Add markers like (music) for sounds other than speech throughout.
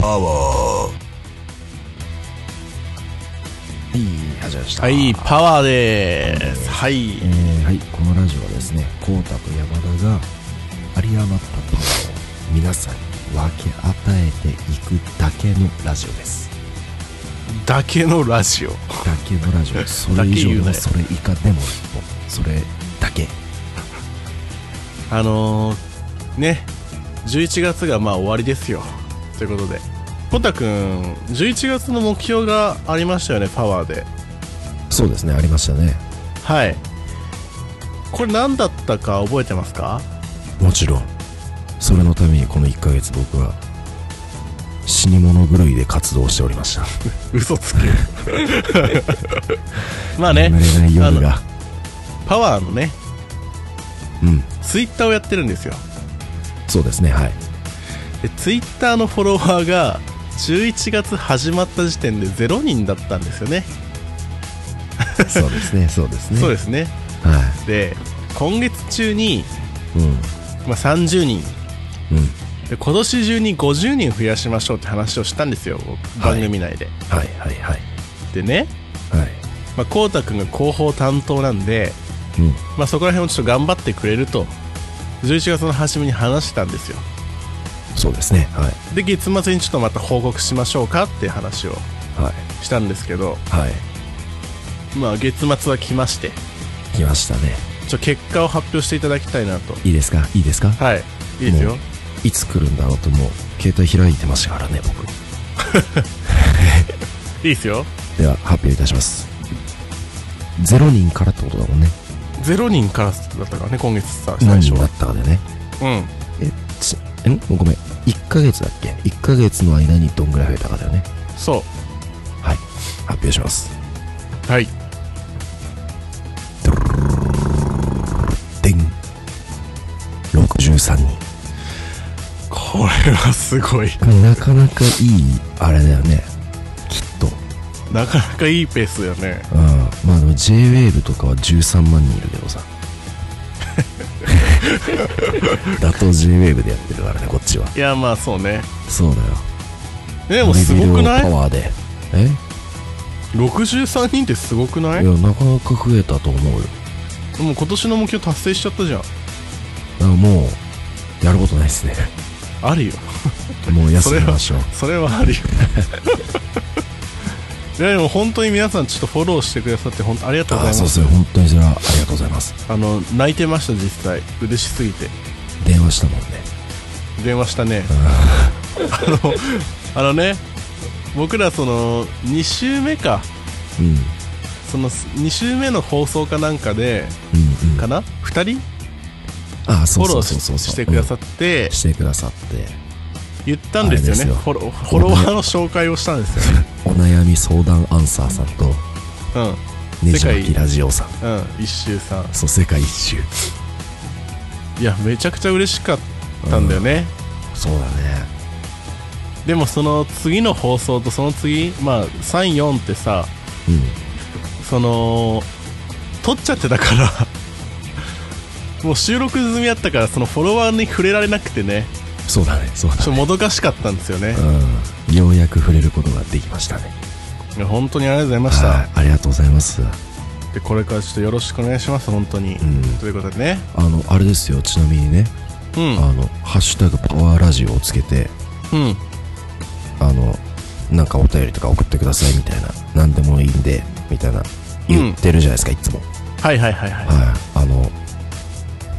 パワーい始まりましたはい、パワーでーす。はい。えーはいこのラジオはですねコウタと山田が有り余ったパワーを皆さんに分け与えていくだけのラジオですだけのラジオ。だけのラジオそれ以上でもそれ以下でももうそれだけあのー、ね、11月がまあ終わりですよ。ということで。ポタくん、11月の目標がありましたよね、パワーで。そうですねありましたねはい。これ何だったか覚えてますかもちろんそれのためにこの1ヶ月僕は死に物狂いで活動しておりました嘘つけ。 (laughs) まあね眠、れないあ夜のがパワーのね、うんツイッターをやってるんですよ。そうですねはいで、ツイッターのフォロワーが、11月始まった時点で0人だったんですよね。そうですねそうですねそうですね。はで今月中に、いうんまあ、30人うんで今年中に50人増やしましょうって話をしたんですよ番組内で、はいはいはいでね、はいまあ、こうたくんが広報担当なんで、うんまあ、そこら辺をちょっと頑張ってくれると11月の初めに話したんですよそうですねはいで月末にちょっとまた報告しましょうかって話をはいしたんですけど、はいまあ、月末は来まして来ましたねちょ結果を発表していただきたいなといいですかいいですかはいいいですよ、もういつ来るんだろうともう携帯開いてましたからね僕いいですよでは発表いたします0人からってことだもんね0人からだったからね今月さ最何初人だはったかでねうんえちんごめん1ヶ月だっけ1ヶ月の間にどんぐらい増えたかだよねそはい発表しますうはいでん63人これはすごいこれなかなかいいあれだよねきっと (laughs) なかなかいいペースだよねうんまあでも JWAVE とかは13万人いるけどさ (laughs) だと JWAVE でやってるからねこっちはいやまあそうねそうだよでもすごくなレベルをいパワーでえ63人ってすごくないいもうやなかなか増えたと思うよ今年の目標達成しちゃったじゃんだからもうやることないっすね (laughs) あるよもう休みましょう (laughs) それはあるよ (laughs) いやでも本当に皆さんちょっとフォローしてくださって本当ありがとうごあざあいそうまですすね本当にそれはありがとうございますあの泣いてました実際嬉しすぎて電話したもんね電話したね (laughs) あのあのね僕らその2週目かうんその2週目の放送かなんかでうんうんかな2人ああそフうォロそーうそうそうししてくださっっててしてくださって言ったんですよねあれですよフォローフォロワーの紹介をしたんですよねお悩み相談アンサーさんとね世じま界きラジオさんうんうん一周さんそう世界一周いやめちゃくちゃ嬉しかったんだよね、そうだねでもその次の放送とその次まあ34ってさうんその撮っちゃってたから (laughs) もう収録済みだったからそのフォロワーに触れられなくてねそうだねそうだちょっとねもどかしかったんですよねうんようやく触れることができましたねいや本当にありがとうございましはたいありがとうございますでこれからちょっとよろしくお願いします本当に、んということでねあのあれですよちなみにねうんあの「ハッシュタグパワーラジオ」をつけてうんあのなんかお便りとか送ってくださいみたいな何でもいいんでみたいな言ってるじゃないですか、いつもはいはいはいはいはいあの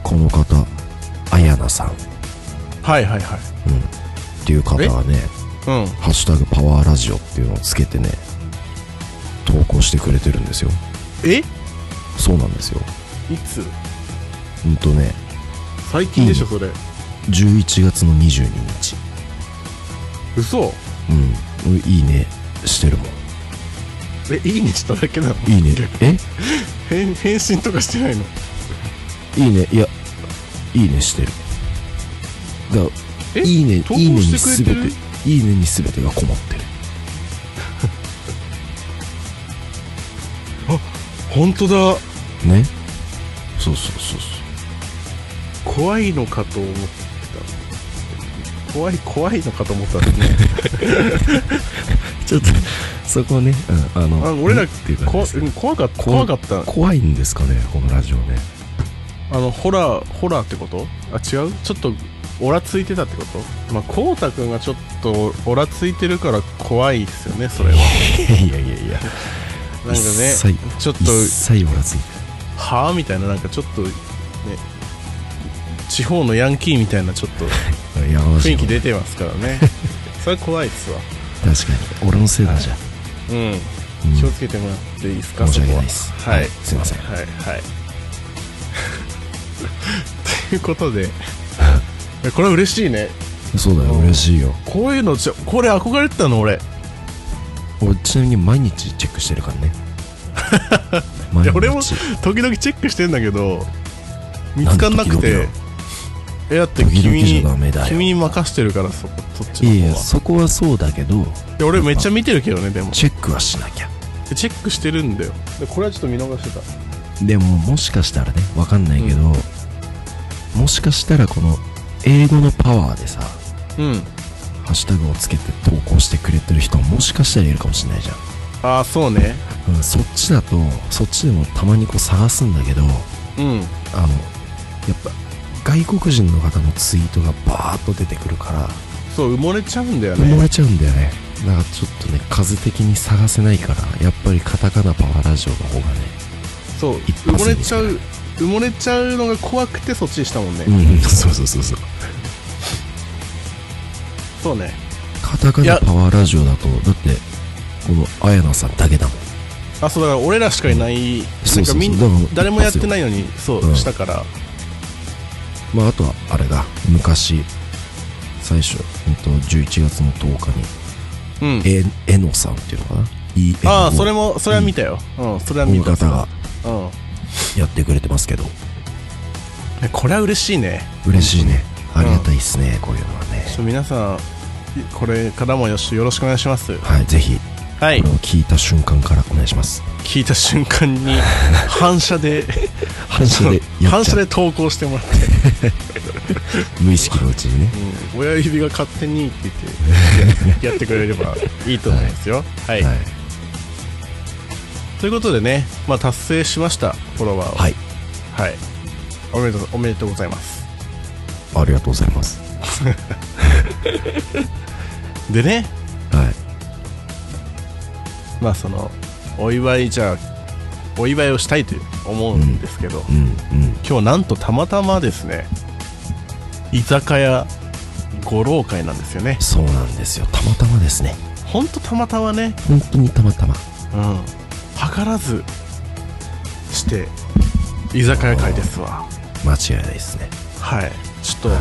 この方あやなさんっはいはいはいていう方はねうん「ハッシュタグパワーラジオ」っていうのをつけてね投稿してくれてるんですよえいそうなんですよつうんとね最近でしょそれ、 11月の22日嘘うんいいねしてるもんえいいねしただけなのいいねえ返返信とかしてないのいいねいやいいねしてるだかえらいいね投稿いいねにしてくれてる全ていいねに全てがこもってる本当だねそうそうそうそ怖いのかと思って怖い怖いのかと思ったんですねちょっと (laughs) そこね、うん、あ (laughs) のあ俺うらんっていう感じこですけどうん怖かった怖怖かった怖いんですかねこのラジオねあのホラーホラーってことあ違うちょっとオラついてたってことまあこうたくんがちょっとオラついてるから怖いですよねそれはいやいやいやなんかね一切ちょっと一切おらずにはあみたいななんかちょっとね地方のヤンキーみたいなちょっといや雰囲気で出てますから (laughs) ねそれ怖いっすわ確かに俺のせいだじゃん、うんうん気をつけてもらっていいですか申しそ訳こはないですはいすいませんはいはい (laughs) というこ (laughs) とでこれは嬉しいねそうだようん嬉しいよこういうのじゃこれ憧れてたの俺俺ちなみに毎日チェックしてるから (laughs) ね毎い日や俺も時々チェックしてんだけど見つかんなくなんてで時えだって時々君にじゃダメだよ君に任してるからそこそっちいやいのや方はそこはそうだけどいや俺めっちゃ見てるけどねでもチチェックはしなきゃェックしてるんだよでこれはちょっと見逃してたでももしかしたらねわかんないけど、もしかしたらこの英語のパワーでさうんハッシュタグをつけて投稿してくれてる人もしかしたらいるかもしれないじゃああそうねん、うん、そっちだとそっちでもたまにこう探すんだけどうんあのやっぱ外国人の方のツイートがバーッと出てくるからそう埋もれちゃうんだよ埋もねれちゃうんだよねだからちょっとね数的に探せないからやっぱりカタカナパワーラジオの方がねそう一埋発もでれちゃう埋もれちゃうのが怖くてそっちにしたもんね、うんそうそうそうそうそうねカタカナパワーラジオだとだってこのあやなさんだけだもんあそうだから俺らしかいない、そうそなんかうそうみだんから誰もやってないのにそう、うんしたからまああとはあれだ昔最初、えっと、11月の10日にうんええのさんっていうのかな E ああそれもそれは見たようんそれはこ見のた方がうんやってくれてますけどえこれは嬉しいね嬉しいねうあんりがたいっすね、こういうのはねちょっと皆さんいこれからもよろしよろしくお願いしますはいぜひはこいれを聞いた瞬間からお願いします聞いた瞬間に反射で反射で (laughs) やっちゃう反射で投稿してもらって、無意識のうちにねうん、親指が勝手にって言ってや (laughs) ってくれればいいと思いますよはい、はい、ということでね、まあ、達成しましたフォロワーをはい、はい、おめでとうおめでとうございますありがとうございますでねはいまあそのお祝いじゃあお祝いをしたいと思うんですけど、うんうん今日なんとたまたまですね居酒屋五郎会なんですよねそうなんですよたまたまですねほんとたまたまね本当にたまたまうん計らずして居酒屋会ですわ間違いないですねはいちょっと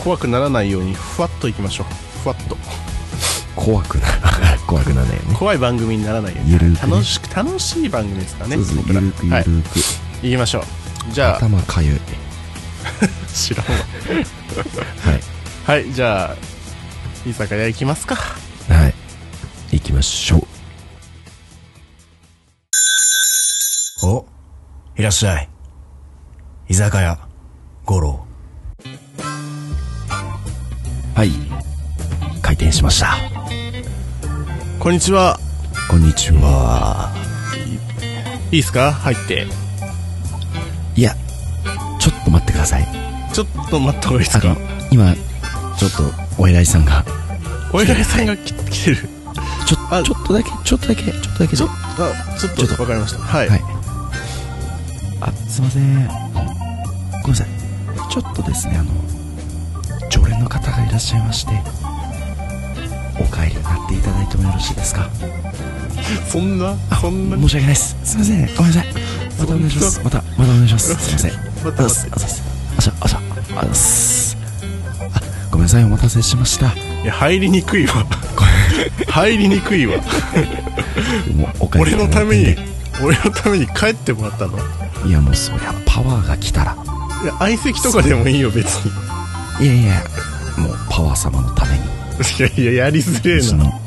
怖くならないようにふわっといきましょうふわっと怖くな (laughs) 怖くならないよね怖い番組にならないようにゆるくね楽しく楽しい番組ですからねそうそう僕ゆらるくゆはるいく、行きましょうじゃあ頭かゆい知らんわはいはいじゃあ居酒屋行きますかはい行きましょうお、いらっしゃい。居酒屋、五郎。はい開店しましたこんにちはこんにちはいいっすか入っていやちょっと待ってくださいちょっと待った方がいいですあのか今ちょっとお偉いさんがお偉いさんが来来てるちょあちょっとだけちょっとだけちょっとだけちょあちょっとちょっとわかりましたはい、はい。あ、すいません。ごめんなさい。ちょっとですね、あの、常連の方がいらっしゃいまして、お帰りになっていただいてもよろしいですかそんなあ、そんな申し訳ないです。すいません。ごめんなさい。またお願いします。また、またお願いし (laughs) ます。すいません。待って待ってあざっすあざっすあざっすあざっすあざっすあごめんなさい。お待たせしました。いや入りにくいわ (laughs) 入りにくいわもうお帰り俺のためいにただい俺のために帰ってもらったのいていや、もうそりゃ、パワーが来たら。や相席とかでもいいよ別にいやいや、もうパワー様のために。いやいややりづれうちえなの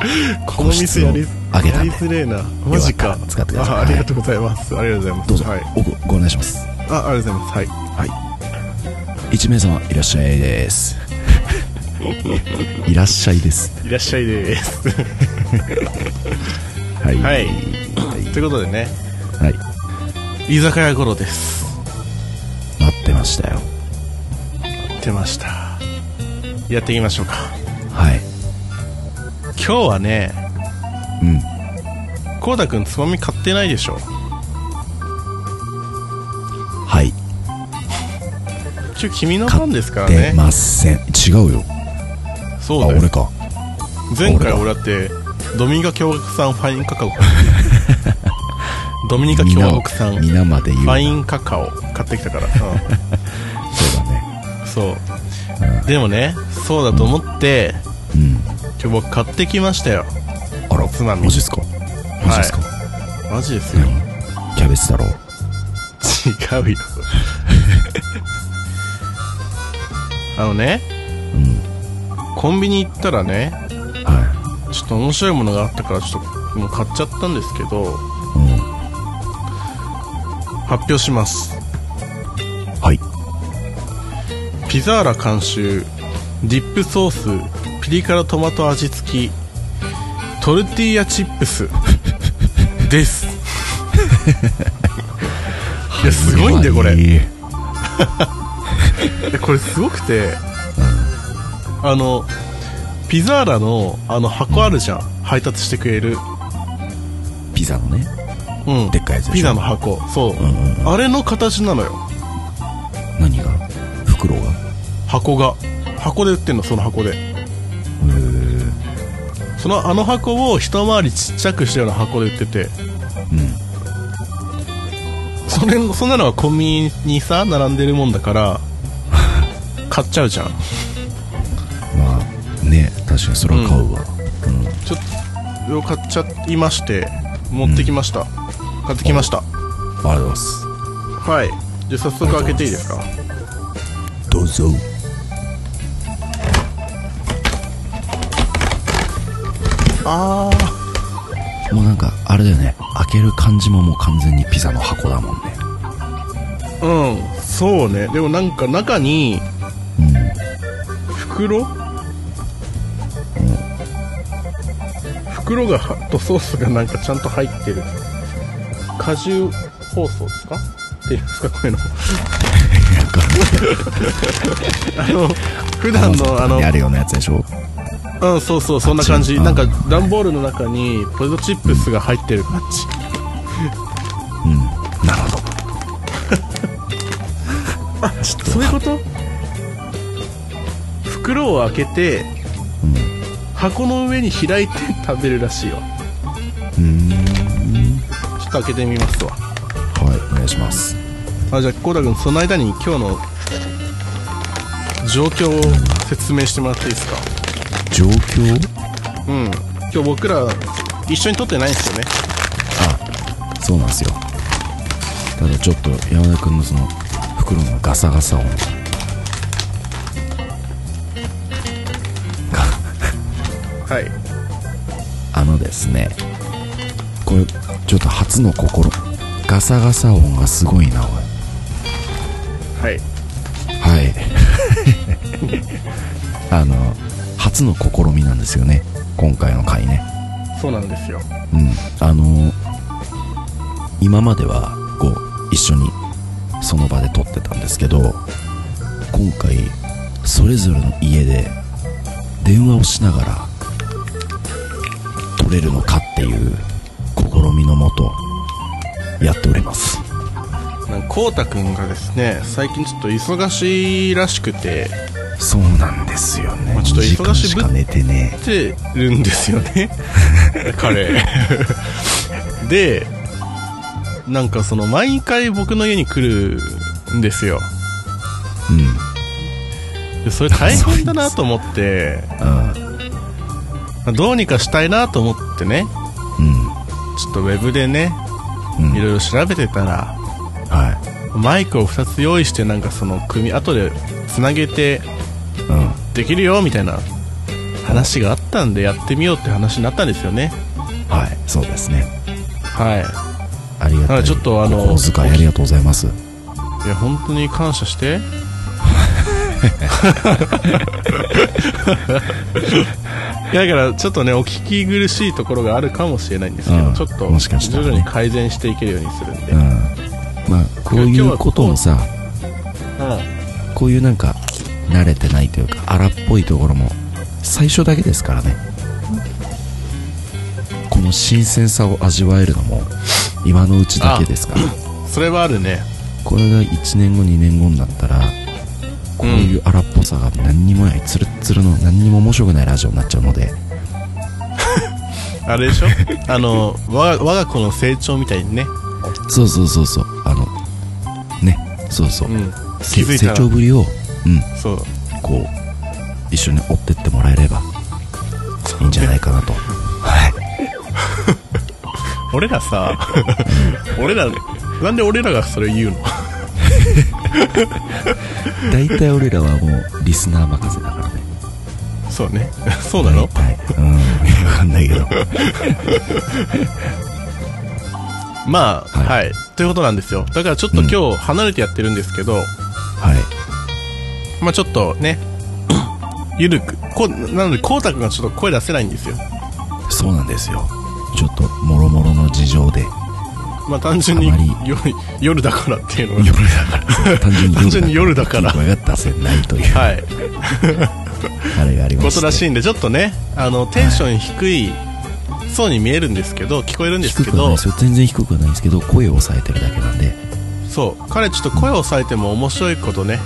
この店やりあげたやんりでづれえなマジかよかったら使ってくださいあありがとうございますありがとうございますどうぞ、はい、奥ごご案内しますあありがとうございますはい (laughs) はい1名様いらっしゃいですいらっしゃいですいらっしゃいですはいははいいということでねはい居酒屋頃です待ってましたよ出ましたやっていきましょうかはい今日はねうんこうたくんつまみ買ってないでしょはい今日君の買番ですからってねません違うよそうあだよ俺か前俺回だ俺だってドミニカ共和国産ファインカカオ (laughs) ドミニカ共和国産フ皆まで言うなァインカカオ買ってきたから、そうだねうんそうでもねそうだと思ってうん今日僕買ってきましたよあらつまみマジっすかマジっすか、マジですよキャベツだろう違うよあのねうんコンビニ行ったらねはちょっと面白いものがあったからちょっともう買っちゃったんですけどいうん発表しますはいピザーラ監修ディップソースピリ辛トマト味付きトルティーヤチップスです (laughs) いやすごいんだよこれいいでこれすごくてあのピザーラのあの箱あるじゃん配達してくれるピザのねうんでっかいやつでしょピザの箱そう、んあれの形なのよ何が袋が箱が箱で売ってんのその箱でそのあの箱を一回りちっちゃくしたような箱で売っててうんそれそんなのがコンビニにさ並んでるもんだから買っちゃうじゃんまあね確かにそれは買うわうん、ちょっとそれを買っちゃいまして持ってきました、買ってきましたありがとうございますはいじゃあ早速開けていいですかどうぞあもうなんかあれだよね開ける感じももう完全にピザの箱だもんねーうんそうねでもなんか中に袋袋がはとソースがなんかちゃんと入ってる果汁包装ですかっていうんですかこういうの (laughs) あの普段のあのあるようなやつでしょうんそうそうそんな感じあ違うなんか段ボールの中にポテトチップスが入ってる感じうんなるほどそういうこと袋を開けて、箱の上に開いて食べるらしいようんちょっと開けてみますわはいお願いしますあじゃあコーダ君その間に今日の状況を説明してもらっていいですか状況うん今日僕ら一緒に撮ってないんですよねあそうなんですよただちょっと山田君のその袋のガサガサ音がはいあのですねこれちょっと初の心ガサガサ音がすごいなおいはいはい (laughs) あの初の試みなんですよね今回の回ねそうなんですようんあの今まではこう一緒にその場で撮ってたんですけど今回それぞれの家で電話をしながら撮れるのかっていう試みのもとやっておりますなんかコータ君がですね最近ちょっと忙しいらしくてそうなんですよねまあちょっと2時間忙ししぶっか寝てねってるんですよ (laughs) ね彼でなんかその毎回僕の家に来るんですようんでそれ大変だなと思ってあどうにかしたいなと思ってねうんちょっとウェブでねうんいろいろ調べてたらはいマイクを2つ用意してなんかその組み後でつなげてうんできるよみたいな話があったんでやってみようって話になったんですよねはいそうですねはありがたあいちょっとあのお小遣いありがとうございます (laughs) いいや本当に感謝していやだからちょっとねお聞き苦しいところがあるかもしれないんですけど、うんちょっともしかした徐らね々に改善していけるようにするんで、うんまあこういうこともさうこういうなんか慣れてないというか荒っぽいところも最初だけですからねこの新鮮さを味わえるのも今のうちだけですからん、それはあるねこれが1年後2年後になったらこういう荒っぽさが何にもないツルッツルの何にも面白くないラジオになっちゃうのであれでしょ (laughs) あの我が我が子の成長みたいにね、そうそうそうそうあのねそうそう、うん、せ気づい成た長らぶりをうんそうこう一緒に追ってってもらえればいいんじゃないかなとはい俺 (laughs) らさ俺らなんで俺らがそれ言うの大体俺らはもうリスナー任せだからねそうね (laughs) そうなの大体うん分かんないけどまあはいはい、ということなんですよだからちょっとうん今日離れてやってるんですけど、はいまあちょっとね (clears throat) ゆるくこうなのでこうたくんがちょっと声出せないんですよそうなんですよちょっともろもろの事情でまあ単純にあまり夜夜だからっていうの夜がだから単純に単純に夜だか大らきい声が出せないという、はいあれがありまこしてとらしいんでちょっとねあのテンション低いそうに見えるんですけど聞こえるんです低けくはないどですよ全然低くはないんですけど声を抑えてるだけなんでそう彼ちょっと声を抑えても面白いことね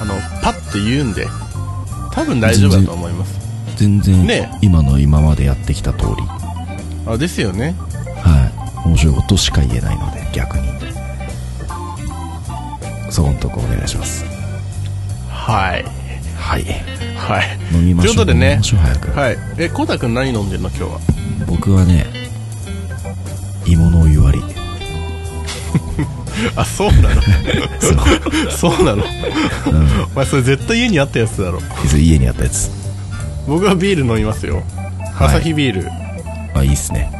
あのパッて言うんで多分大丈夫だと思います全然、ね今の今までやってきた通りあですよねはい面白いことしか言えないので逆にそこんとこお願いしますはいはいはい飲みましょうということで飲ねみましょう早く、はいえこうたくん何飲んでんの今日 (laughs) は僕はね芋のお湯割りあそうなそうの (laughs) そうなのお前それ絶対家にあったやつだろ家にあったやつ僕はビール飲みますよいアサヒビール、あいいっすね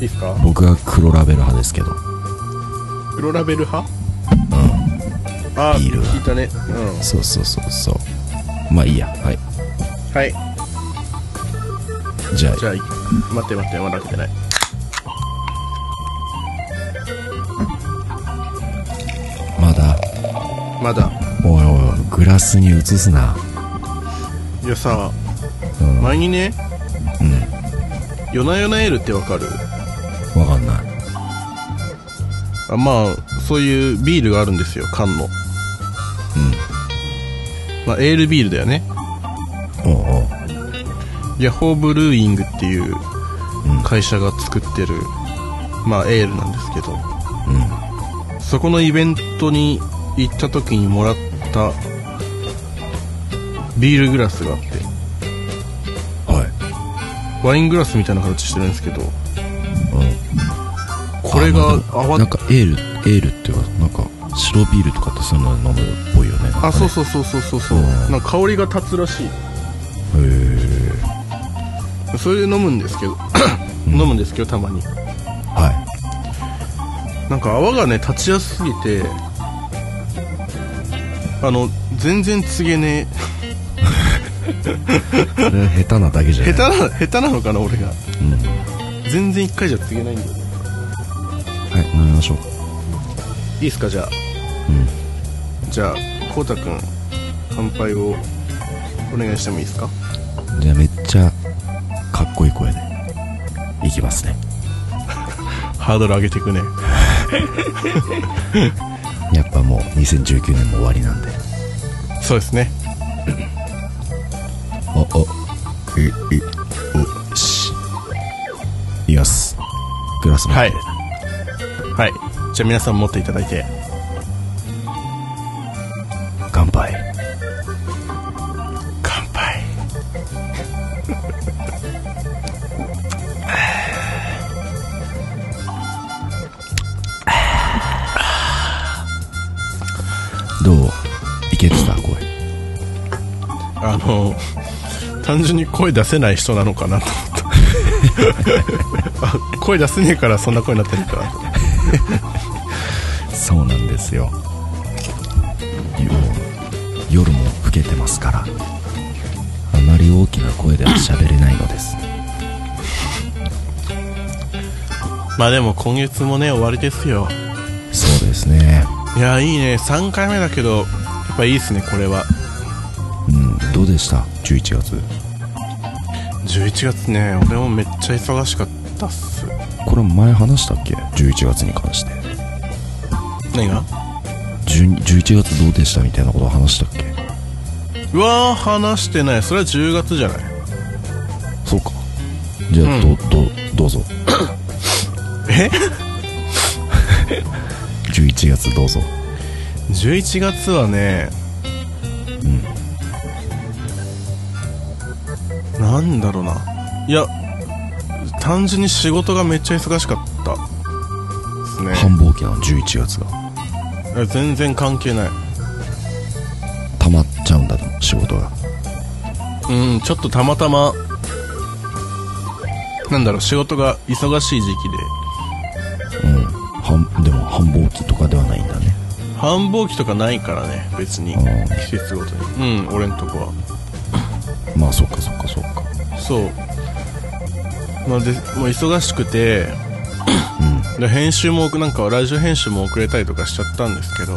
い、いっすか僕は黒ラベル派ですけど黒ラベル派うんあビールはいたねうんそうそうそうそうまあいいやはいはいじゃあじゃあい待って待ってまだ開けてないまだまだおいおいおいグラスに移すないやさ、うん前にねうん夜な夜なエールってわかるわかんないあまあそういうビールがあるんですよ缶のまあエールビールだよねうんおうおうヤホーブルーイングっていう会社が作ってる、まあエールなんですけど、そこのイベントに行った時にもらったビールグラスがあってはいワイングラスみたいな形してるんですけどうんこれがあまあでも泡なんかエールエールっていうかなんか白ビールとかってそういうの飲むっぽいよねなんかねあそうそうそうそうそうそううんなんか香りが立つらしいへえそれで飲むんですけど飲むんですけどたまにはなんか泡がね立ちやすすぎてあの全然告げねいそれは下手なだけじゃえない下手な下手なのかな俺がうんは全然一回じゃ告げないんだよねい飲みましょういいっすかじゃあうんじゃあこうたくん乾杯をお願いしてもいいですかじゃあめっちゃかっこいい声でいきますねハードル上げていくねやっぱもう2019年も終わりなんでそうですねおおええおしいきますグラスもはいはいじゃあ皆さん持っていただいて乾杯乾杯どういけてた声あの単純に声出せない人なのかなと思ったあ声出せねえからそんな声になってるのかそうなんですよ夜も夜も更受けてますからあまり大きな声では喋れないのですまあでも今月もね終わりですよそうですねいやいいね3回目だけどやっぱいいっすねこれはうんどうでした11月11月ね俺もめっちゃ忙しかったっすこれ前話したっけ11月に関して何が12 11月どうでしたみたいなこと話したっけうわー話してないそれは10月じゃないそうかじゃあ、うんどどどうぞえ11月どうぞ11月はねうんなんだろうないや単純に仕事がめっちゃ忙しかったです繁忙期なの11月がねえ全然関係ない溜まっちゃうんだでも仕事がうんちょっとたまたまなんだろう仕事が忙しい時期でうんはんでも繁忙期とかではないんだね繁忙期とかないからね別にうん季節ごとにうん俺んとこはまあそっかそっかそっかそうまあでもう忙しくてで編集もなんかラジオ編集も遅れたりとかしちゃったんですけど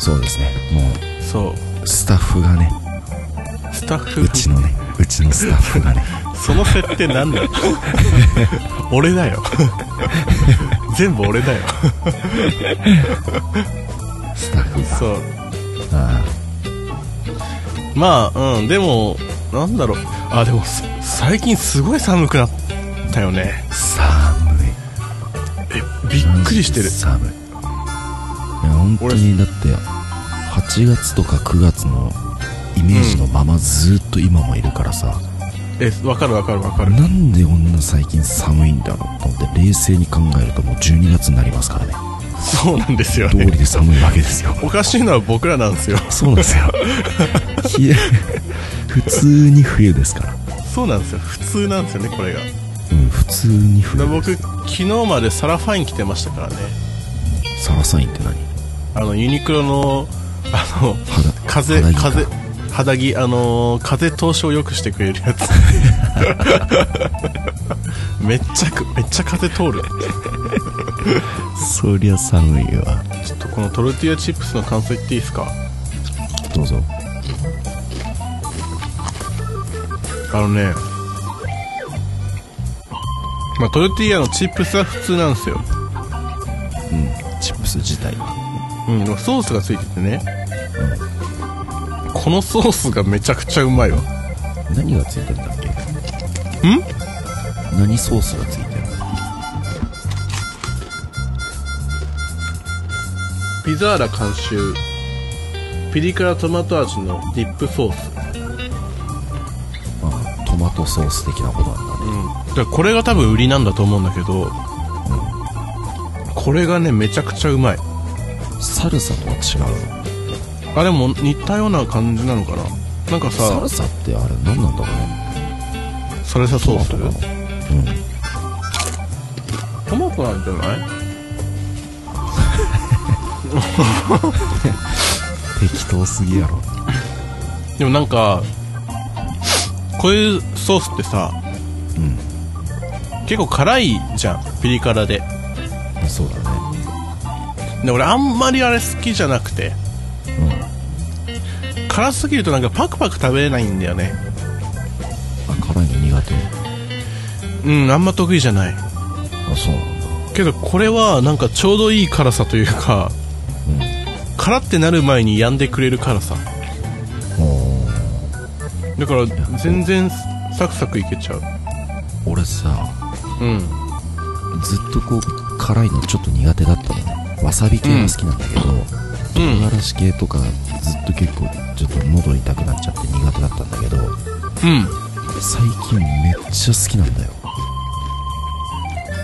そうですねもそうスタッフがねうスタッフうちの (laughs) ねうちのスタッフがねその設定なんだよ俺だよ全部俺だよスタッフがそうあまあうんでもなんだろうあでもす最近すごい寒くなったよねあ寒いえびっくりしてる寒いいや本当にだって8月とか9月のイメージのままずっと今もいるからさ、えわかるわかるわかるなんでこんな最近寒いんだろうと思って冷静に考えるともう12月になりますからねそうなんですよ道ね理で寒いわけです (laughs) よおかしいのは僕らなんですよそうなんですよ冷え普通に冬ですからそうなんですよ普通なんですよねこれがうん普通にで冬僕昨日までサラファイン着てましたからねサラサインって何あのユニクロのあの肌風肌着か風肌着あのー風通しを良くしてくれる (laughs) やつめっちゃくめっちゃ風通るそりゃ寒いわちょっとこのトルティーヤチップスの感想言っていいですかどうぞあのね、まあ、トルティーヤのチップスは普通なんですよ、チップス自体はうん、でもソースがついててね、このソースがめちゃくちゃうまいわ何がついてんだっけん何ソースがついてるピザーラ監修ピリ辛トマト味のディップソースまあトマトソース的なことなんだねだからこれが多分売りなんだと思うんだけど、これがねめちゃくちゃうまいサルサとは違うのあでも似たような感じなのかななんかサさルサってあれ何なんだろうねサルサソーストマトなのうんトマトなんじゃない適当すぎやろでもなんかこういうソースってさ、結構辛いじゃんピリ辛でそうだねで俺あんまりあれ好きじゃなくてうん辛すぎるとなんかパクパク食べれないんだよねあ辛いの苦手うんあんま得意じゃないあそうなんだけどこれはなんかちょうどいい辛さというか辛ってなる前に病んでくれる辛さうんおーだから全然サクサクいけちゃう俺さうんずっとこう辛いのちょっと苦手だったのねわさび系が好きなんだけど、うん唐辛子系とかずっと結構ちょっと喉痛くなっちゃって苦手だったんだけどうん最近めっちゃ好きなんだよ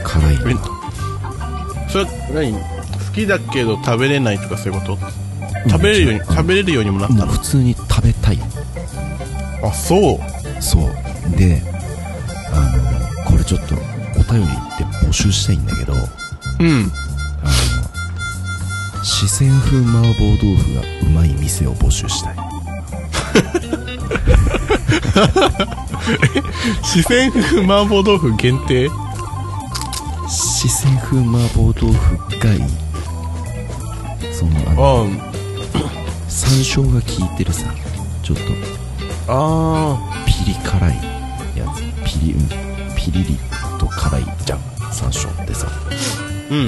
辛いのえそれ何好きだけど食べれないとかそういうこと食べれるように食べれるようにもなっもたうの普通に食べたいあそうそうであのこれちょっとお便りって募集したいんだけどうん四川風麻婆豆腐がうまい店を募集したい四川風麻婆豆腐限定四川風麻婆豆腐がいいそのあのあ山椒が効いてるさちょっとああピリ辛いやつピリうんピリリと辛いじゃん山椒ってさあうん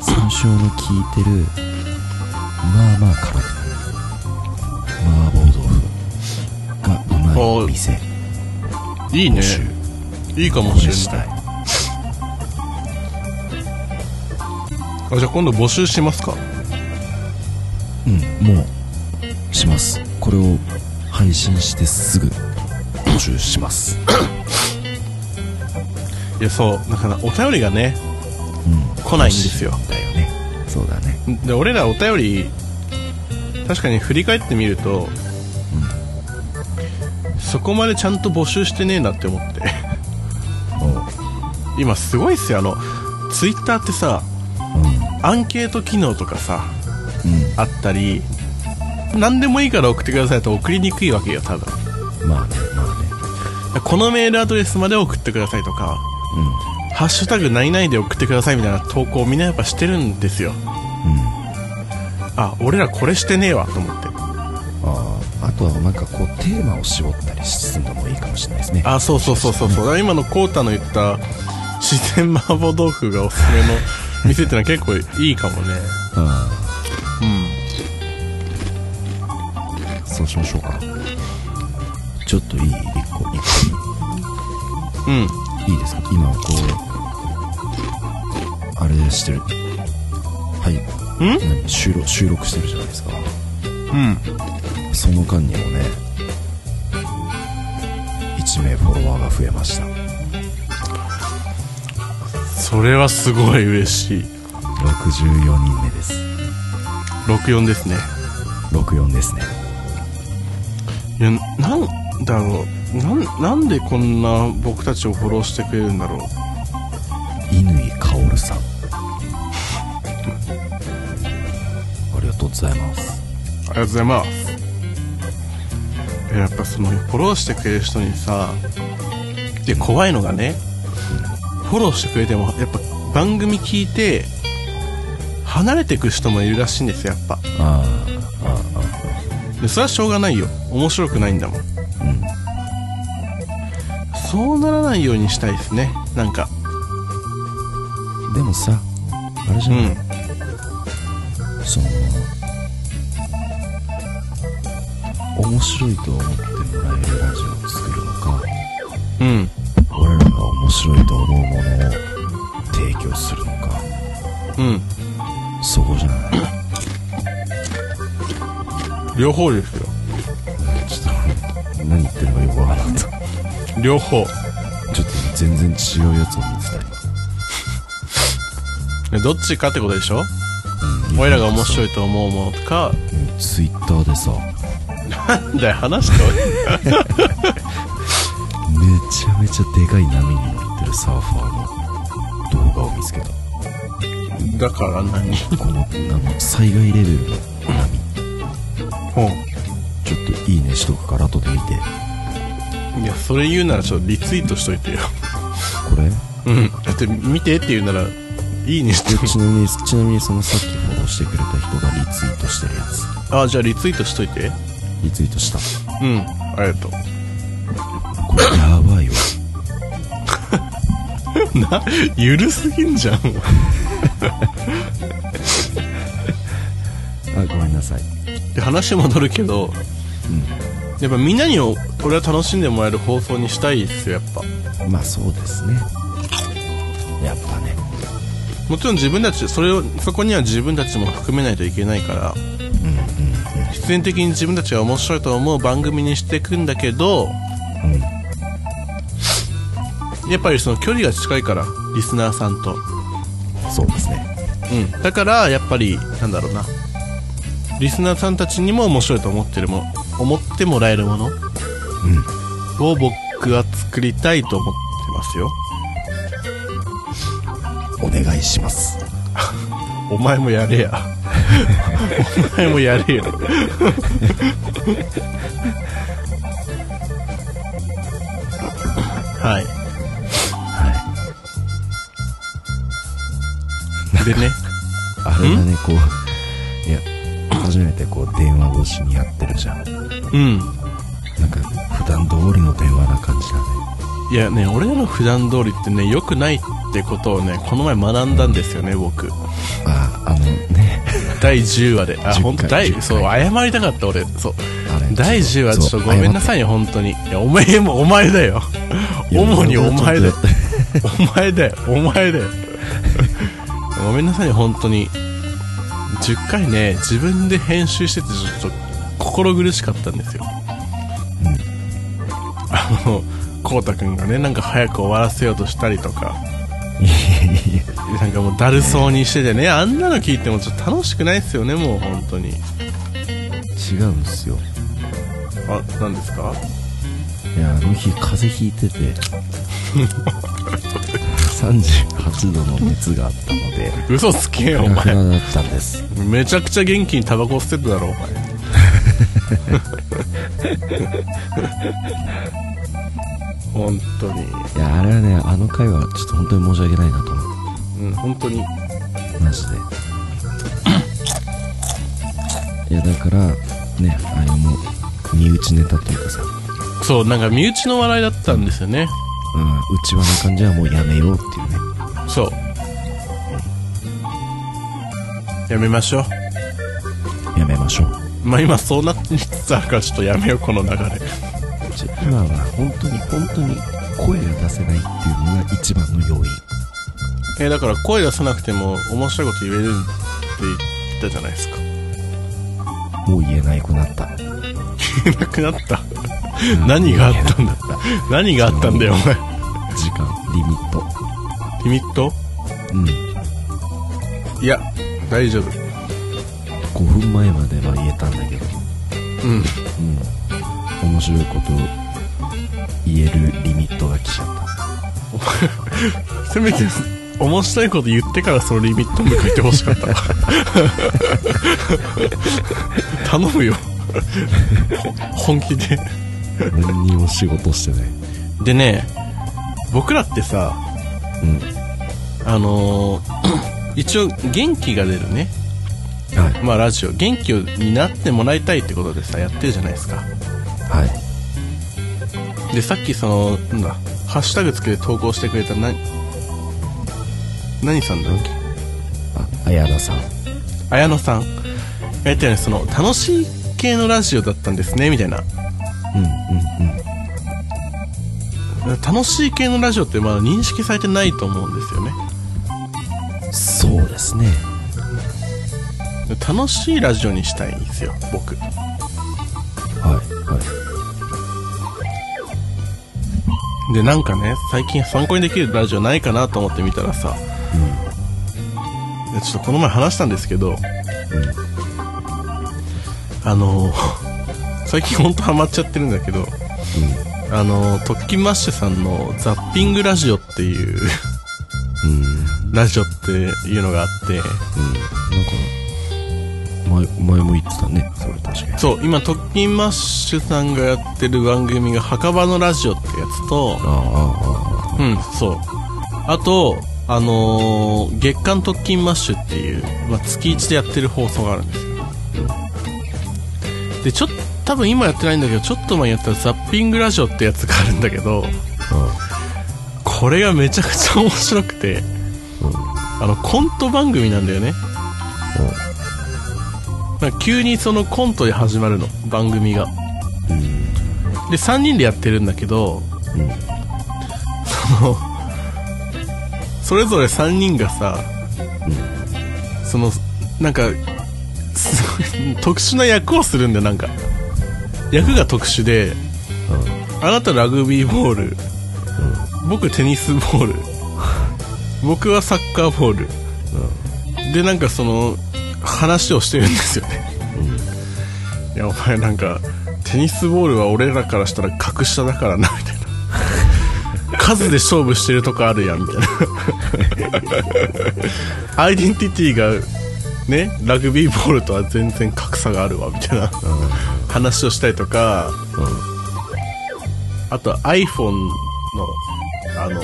山椒の効いてるまあまあ辛くない麻婆豆腐がうまい店いいね募集いいかもこれししれたないいあじゃあ今度募集しますかうんもうしますこれを配信してすぐ募集しますいやそうだからお便りがね来ないんですよだよねそうだねで俺らお便り確かに振り返ってみると、そこまでちゃんと募集してねえなって思って (laughs) おう今すごいっすよあのツイッターってさうアンケート機能とかさんあったり何でもいいから送ってくださいと送りにくいわけよ多分うんまあねまあねこのメールアドレスまで送ってくださいとか「ハッシュタグないない」で送ってくださいみたいな投稿をみんなやっぱしてるんですようんうんあ俺らこれしてねえわと思ってあああとはなんかこうテーマを絞ったりするのもいいかもしれないですねあそうそうそうそうそう、だから今のコウタの言った自然麻婆豆腐がおすすめの店ってのは結構いいかもねうんそうしましょうかちょっといい一個一うん個いいですか今こうあれしてるはいん何収録収録してるじゃないですかうんその間にもね1名フォロワーが増えましたそれはすごい嬉しい64人目です64ですね64ですねいやなんだろうなんなんでこんな僕たちをフォローしてくれるんだろう乾かおるさんありがとうございますありがとうございますえやっぱそのフォローしてくれる人にさで怖いのがねフォローしてくれてもやっぱ番組聞いて離れてく人もいるらしいんですよやっぱあああでそれはしょうがないよ面白くないんだもんあうんそうならないようにしたいですねなんかでもさあれじうゃない、んその面白いと思ってもらえるラジオを作るのかうん俺らが面白いと思うものを提供するのかうんそこじゃない両方ですよちょっと何言ってるのかよくわからんと両方ちょっと全然違うやつを見てたりでどっちかってことでしょ俺らが面白いと思うものかツイッターでさめなんだよ話しておいちゃめちゃでかい波に乗ってるサーファーの動画を見つけたてだから何このあの災害レベルの波ほうちょっといいねしとくから後で見ていやそれ言うならちょっとリツイートしといてよこれうんだって見てって言うならいいにしてでちなみにちなみにそのさっきフォローしてくれた人がリツイートしてるやつ (laughs) あじゃあリツイートしといてリツイートしたうんありがとうこれやばいわなゆるすぎんじゃんあごめんなさいで話戻るけど、やっぱみんなにお俺は楽しんでもらえる放送にしたいですよやっぱまあそうですねやっぱねもちろん自分たちそれをそこには自分たちも含めないといけないから、必然的に自分たちが面白いと思う番組にしていくんだけど、やっぱりその距離が近いからリスナーさんと、そうですねうん、だからやっぱりなんだろうなリスナーさんたちにも面白いと思ってるも思ってもらえるもの、を僕は作りたいと思ってますよお願いしますお前もやれやお前もやれよ。はい。はでね、い。あれだね、こう、いや、初めてこう電話越しにやってるじゃん。なんうん。か、普段通りの電話な感じだね。いやね、俺らの普段通りってね、良くないってことをね、この前学んだんですよね、僕。ああ、あのね、第10話で。あ、 10ほんと、回第、そう、謝りたかった俺。そう。あれ。第10話、ちょっとごめんなさい。いね、本当に。いや、お前も、お前だよ。いや主にお前だ俺もよちょっとや。お前だよ、お前だよ。ごめんなさいね、本当に。10回ね、自分で編集してて、ちょっと心苦しかったんですよ。あの、こうたくんがね、なんか早く終わらせようとしたりとか。いやいやいやなんかもうだるそうにしててね、あんなの聞いてもちょっと楽しくないですよね、もう本当に。違うんですよ。あ、なんですかいや、あの日、風邪ひいてて、38度の熱があったので、嘘つけよ、お亡く前。なったんです。めちゃくちゃ元気にタバコ吸ってただろ、お前。本当に。いや、あれはね、あの回はちょっと本当に申し訳ないなと思っうん、本当に。て、マ (laughs) ジで。いや、だから、ね、あれも、身内ネタというかさ、そう、なんか身内の笑いだったんですよね。うん、内輪の感じはもうやめようっていうね。そう。やめましょう。やめましょう。まあ今そうなってきつつあるからちょっとやめよう、この流れ。ちょ今は本当に本当に声が出せないっていうのが一番の要因。えーだから声出さなくても面白いこと言えるって言ったじゃないですか (laughs) もう言えないくなった。言えなくなった何があったんだ何があったんだよお時間、リミット。前リミットうん。いや大丈夫5分前までは言えたんだけど。うんうん。面白いこと言えるリミットが来ちゃった。せめて面白いこと言ってからそのリミット向かってほしかったわ (laughs) 頼むよほ本気で何にも仕事してない。でね僕らってさうん。あのー (clears throat) 一応元気が出るねはい。まあラジオ元気になってもらいたいってことでさやってるじゃないですかはい。でさっきそのなんだハッシュタグつけて投稿してくれたな何さんだっけあ、綾田さん。綾乃さんが言ったようにその楽しい系のラジオだったんですねみたいなうんうんうん。楽しい系のラジオってまだ認識されてないと思うんですよねそうですね。楽しいラジオにしたいんですよ僕はい。はい。でなんかね最近参考にできるラジオないかなと思ってみたらさ、でちょっとこの前話したんですけど、あの (laughs) 最近ほんとハマっちゃってるんだけど、あのトッキンマッシュさんの「ザッピングラジオ」っていううん。うん。ラジオっていうのがあってなんか、前、前も言ってたね。それ確かに。そう今トッキンマッシュさんがやってる番組が「墓場のラジオ」ってやつと、ああ、ああ、あうん、そう。あと、あのー月刊特勤マッシュっていう、まあ、月1でやってる放送があるんですよ。で、ちょっと、多分今やってないんだけど、ちょっと前にやったらザッピングラジオってやつがあるんだけど、あこれがめちゃくちゃ面白くて、うん。うん。あの、コント番組なんだよね。なんか急にそのコントで始まるの、番組が。で、3人でやってるんだけど、うん。 (laughs) それぞれ3人がさ、そのなんかすごい特殊な役をするんだよなんか役が特殊であなたラグビーボール僕テニスボール僕はサッカーボール、でなんかその話をしてるんですよね、いやお前なんかテニスボールは俺らからしたら格下だからなみたいな数で勝負して (laughs) るとこあるやんみたいなアイデンティティがねラグビーボールとは全然格差があるわみたいな、話をしたりとか、あと iPhone のあの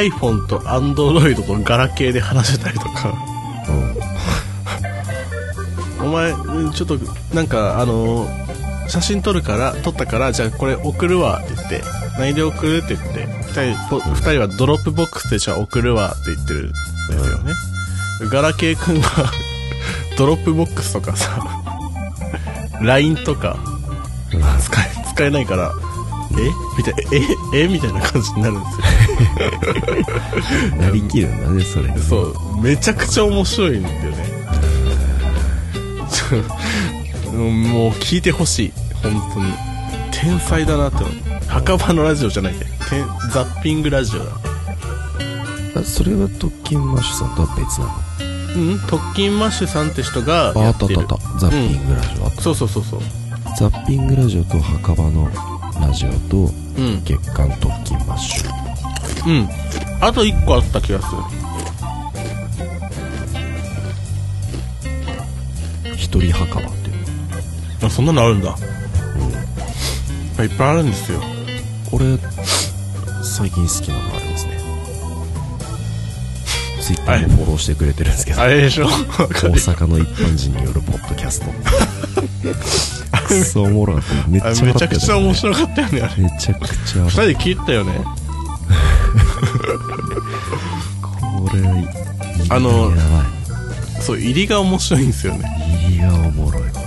iPhone と Android とガラケーで話したりとかお前うんちょっとなんかあの写真撮るから撮ったからじゃあこれ送るわって言って何で送るって言って2人ぽ二人はドロップボックスでじゃあ送るわって言ってるんですよね、ガラケーくんがドロップボックスとかさ LINE とか使え使えないからえみたいなええみたいな感じになるんですよなりきるんだねそれにそうめちゃくちゃ面白いんだよねちょうんもう聞いてほしい本当に天才だなって思う墓場のラジオじゃないで天ザッピングラジオだあそれは特勤マッシュさんとは別なのうん特勤マッシュさんって人がああやっったあてったるあったザッピングラジオ、あっそうそうそうそうたザッピングラジオと墓場のラジオとうん月刊特勤マッシュうんあと1個あった気がする一人墓場っていうのあそんなのあるんだいっぱいあるんですよ俺最近好きなのあれですねツイッターもフォローしてくれてるんですけど、 (laughs) あれでしょ大阪の一般人によるポッドキャストくっそおもろかっためっちゃあれ笑めっちてゃくちたゃよね面白かったよねあれめちゃくちゃ2笑人で聞いたよねこれはいいあのやそう入りが面白いんですよねばい入りがおもろいこれは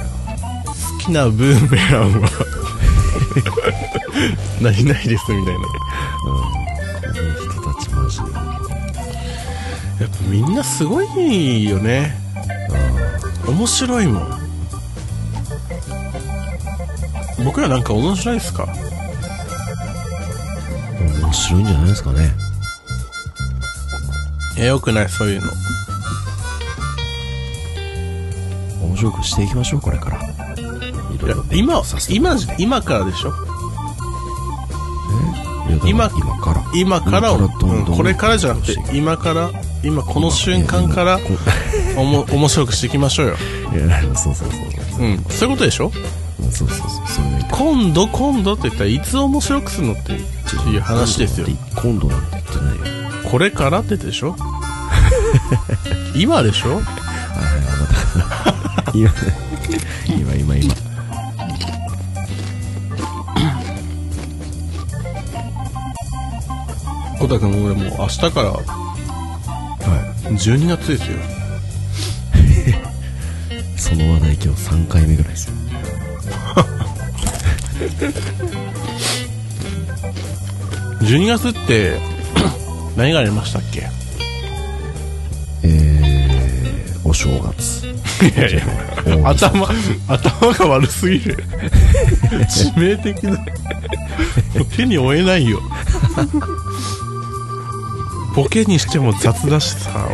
好きなブーメランは (laughs) 何々ですうんみたいなこの人たちマジでやっぱみんなすごいよね面白いもん僕らなんか面白いですか面白いんじゃないですかねいやよくないそういうの面白くしていきましょうこれからいろいいやろ勉今強させてもら今って今からでしょいやだから今今から今からを、今からどんどんうんこれからじゃなくて今から今この瞬間からこおも面白くしていきましょうよ、いやそうそうそうそううん、そういうことでしょうんそうそうそうそれがいい今度今度って言ったらいつ面白くするのっていう話ですよ今度なんて言ってないよこれからってでしょ (laughs) 今でしょ今今今今小田君俺もう明日から12月ですよその話題今日3回目ぐらいですよ12月って (clears throat) 何がありましたっけえー、お正月いやいや頭頭が悪すぎる致命的な手に負えないよボケにしても雑だしさお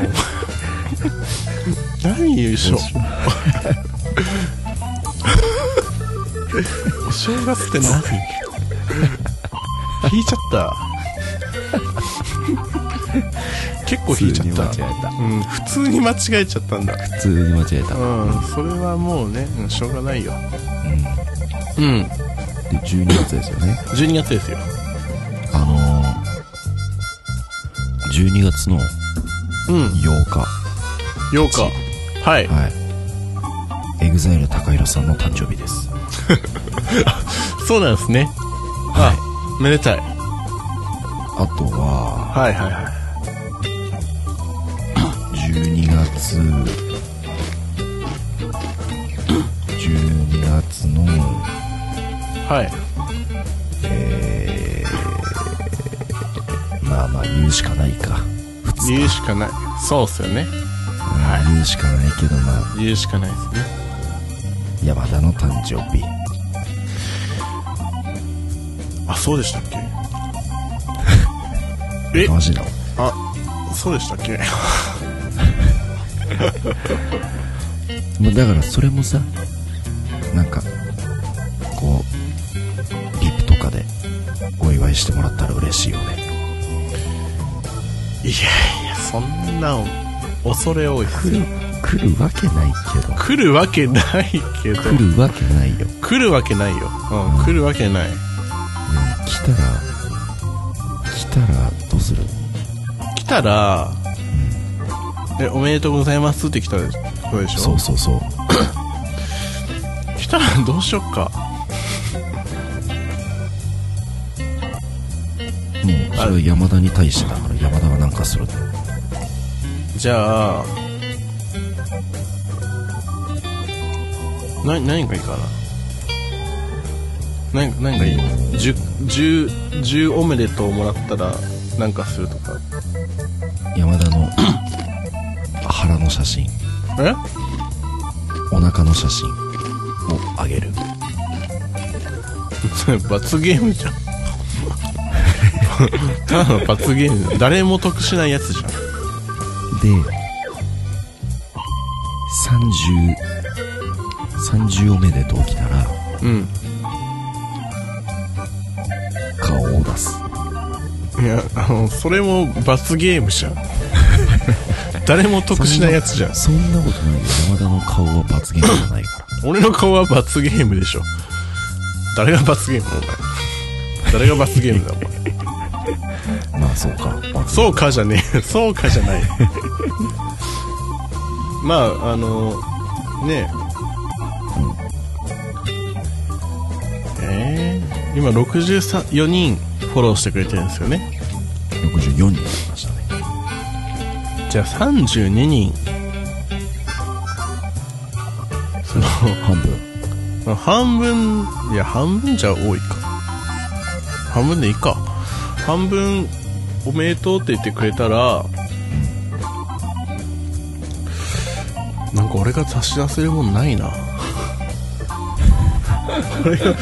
前何よいしょお正月って何引いちゃった結構引いちゃった普通に間違えたうん、普通に間違えちゃったんだ普通に間違えた、うん、それはもうね、うんしょうがないよ。うん。で12月ですよね12月ですよ。あのー、12月の8うん。日8日。はい。はいエグザイル l 平さんの誕生日ですそうなんですね。はい。めでたい。あとははいはいはい。 12月12月のはい。えー、まあまあ言うしかないか普通言うしかない。そうっすよね。うん言うしかないけどまあ言うしかないですね。山田の誕生日あ、そうでしたっけえマジのあ、そうでしたっけまあだからそれもさなんかこうリプとかでお祝いしてもらったら嬉しいよねいやいや、そんな、恐れ多いっすよ。来るわけないけど来るわけないけど来るわけないよ、うん、来るわけないよ、うん、来るわけない来たら来たらどうする来たら、えおめでとうございますって来たことでしょそうそうそう来たらどうしよっかもうそれは山田に対してだから山田がなんかするんだよじゃあな何がいいかな何何がいい 10, 10, 10おめでとうもらったらなんかするとか山田 (coughs) の腹の写真え (laughs) お腹の写真をあげるそれ罰ゲームじゃん (laughs) ただの罰ゲーム誰も得しないやつじゃんで3030おめでとう来たらうん顔を出すいやあのそれも罰ゲームじゃん (laughs) 誰も得しないやつじゃんそんなことないよ山田の顔は罰ゲームじゃないから俺の顔は罰ゲームでしょ誰が罰ゲームお前誰が罰ゲームだお (laughs) (laughs) 前まあそうか罰そうかじゃねえそうかじゃないまああのねえ、えー今64人フォローしてくれてるんですよね64人になりましたねじゃあ32人その半分まあ半分いや半分じゃ多いか半分でいいか半分おめでとうって言ってくれたら、なんか俺が足し出せるもんないな (laughs) 俺が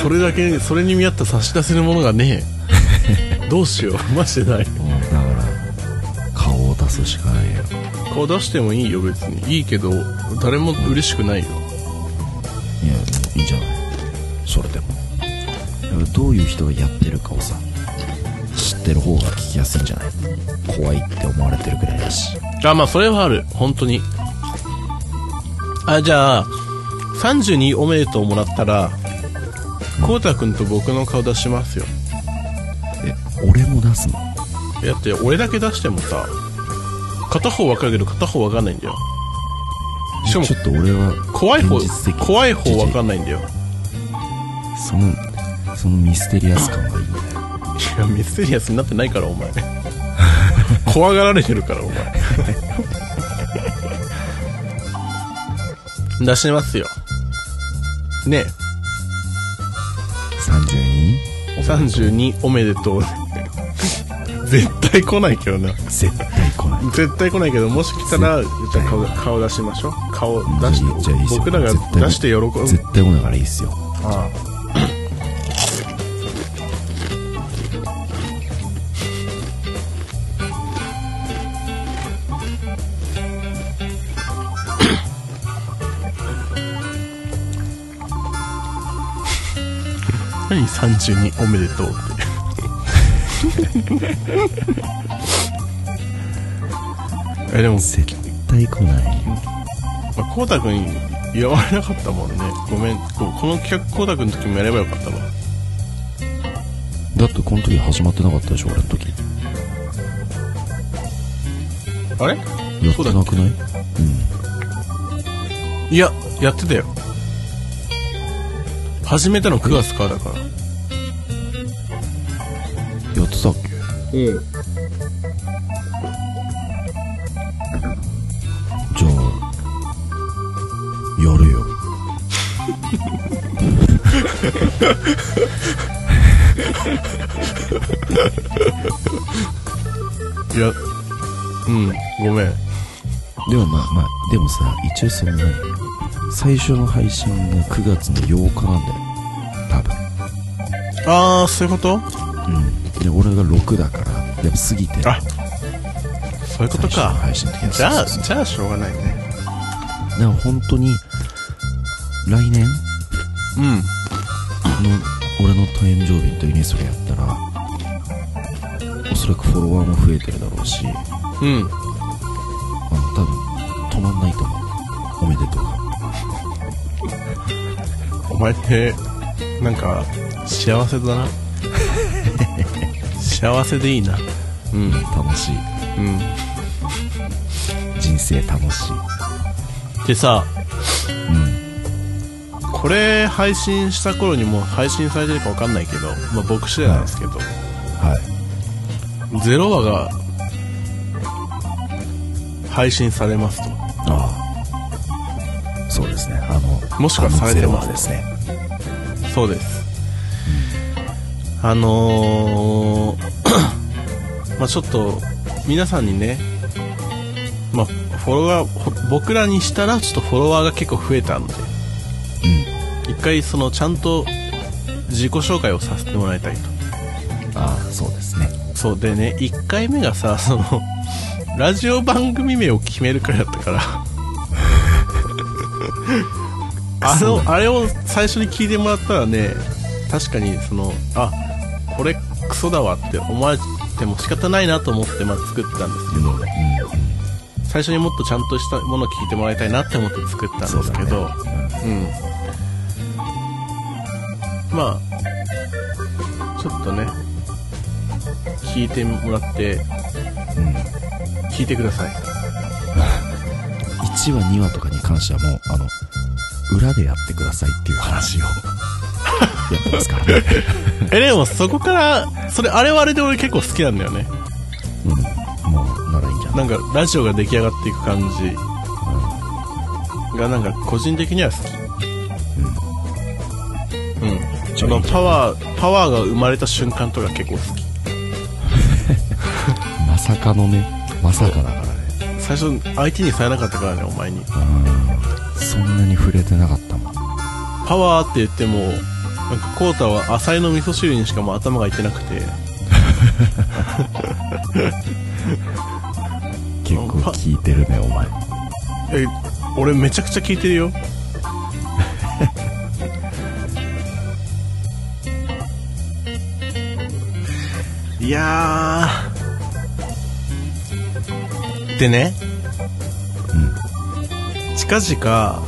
それだけそれに見合った差し出せるものがねえどうしようマジでないうんだから顔を出すしかないよ顔出してもいいよ別にいいけど誰も嬉しくないよいやいいんじゃないそれでもだからどういう人がやってるかをさ知ってる方が聞きやすいんじゃない怖いって思われてるくらいだしあまあそれはある本当にあじゃあ32おめでとうもらったらこうたくんと僕の顔出しますよえ俺も出すのだって俺だけ出してもさ片方わかるけど片方わかんないんだよしかもちょっと俺は怖い方現実的怖い方わかいんないんだよそのそのミステリアス感がいいんだよいやミステリアスになってないからお前 (laughs) 怖がられてるからお前 (laughs) 出しますよねえ 32? 32おめでとう (laughs) 絶対来ないけどな絶対来ない絶対来ないけどもし来たらじ絶ゃ対あ顔顔出しましょう顔出しじゃあいいっすてよ僕らが絶対出して喜ぶ絶対来ないからいいっすよああ何32おめでとうって (laughs) えでも絶対来ないよまあ、こうたくんやわれなかったもんねごめんここの企画こうたくんの時もやればよかったわだってこの時始まってなかったでしょ俺の時やあれってなくないいややってたよ始めたの9月からだからやってたっけうんじゃあやるよいやうんごめんでもまあまあでもさ一応そのね最初の配信が9月の8日なんだよ多分ああそういうことうんで俺が6だからやっぱ過ぎてるあそういうこと最初のか配信の時はじゃあそうそうじゃあしょうがないねそうだから本当に来年うんの俺の誕生日の時にそれやったらおそらくフォロワーも増えてるだろうしうんあの多分止まんないと思うおめでとうがお前って、なんか、幸せ (laughs) だな。幸せでいいな。うん、楽しいうん。人生楽しいでさ、これ配信した頃にもう配信されてるかわかんないけど、まあ僕次第なんですけど、はいゼロ話が、配信されますと。ああそうですねあのもしくはあのされてますゼロはですねそうです。あのー、 (coughs) まあちょっと、皆さんにね、まあフォロワーほ、僕らにしたらちょっとフォロワーが結構増えたので、一回そのちゃんと自己紹介をさせてもらいたいと。ああそうですねそうでね1回目がさ (laughs) そのラジオ番組名を決めるくらいだったから (laughs) あのあれを最初に聞いてもらったらね確かにそのあこれクソだわって思われても仕方ないなと思ってまず作ったんですけど、最初にもっとちゃんとしたものを聞いてもらいたいなって思って作ったんですけどう,、んまあちょっとね聞いてもらって、聞いてください1話2話とかに関してはもうあの裏でやってくださいっていう (laughs) 話をやってますからねえでもそこからそれあれはあれで俺結構好きなんだよねうんもうならいいんじゃないなんかラジオが出来上がっていく感じがなんか個人的には好きうん、あのパワーパワーが生まれた瞬間とか結構好きまさかのねまさかだからね最初相手にされなかったからねお前にそんなに触れてなかったもんパワーって言ってもなんかコータは浅井の味噌汁にしかもう頭がいってなくて結構聞いてるねお前え俺めちゃくちゃ聞いてるよいやーでね、近々